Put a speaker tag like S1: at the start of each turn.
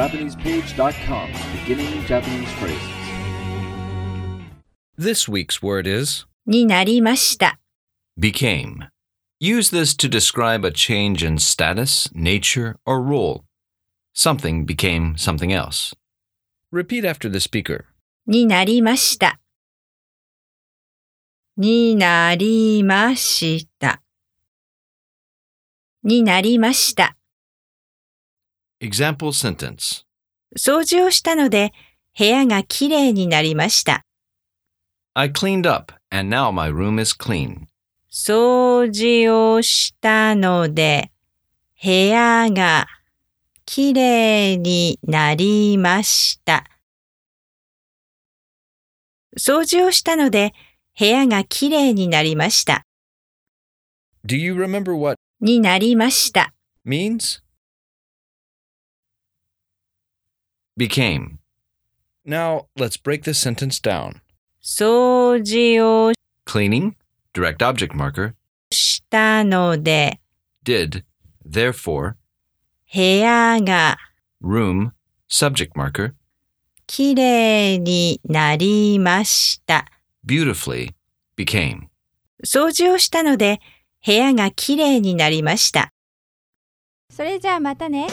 S1: JapanesePage.com, beginning Japanese phrases.
S2: This week's word is
S3: になりました。
S2: became. Use this to describe a change in status, nature, or role. Something became something else. Repeat after the speaker.
S3: になりました。になりました。になりました。
S2: Example sentence
S3: 掃除をしたので、部屋がきれいになりました。
S2: I cleaned up, and now my room is clean.
S3: 掃除をしたので、部屋がきれいになりました。掃除をしたので、部屋がきれいになりました。
S2: Do you remember what
S3: になりました。
S2: means? Became. Now let's break this sentence down.
S3: 掃除を
S2: Cleaning, direct object marker,
S3: したので、
S2: did, therefore,
S3: 部屋が
S2: room, subject marker,
S3: きれいになりました。
S2: beautifully, became.
S3: 掃除をしたので、部屋がきれいになりました。
S4: それじゃあまたね。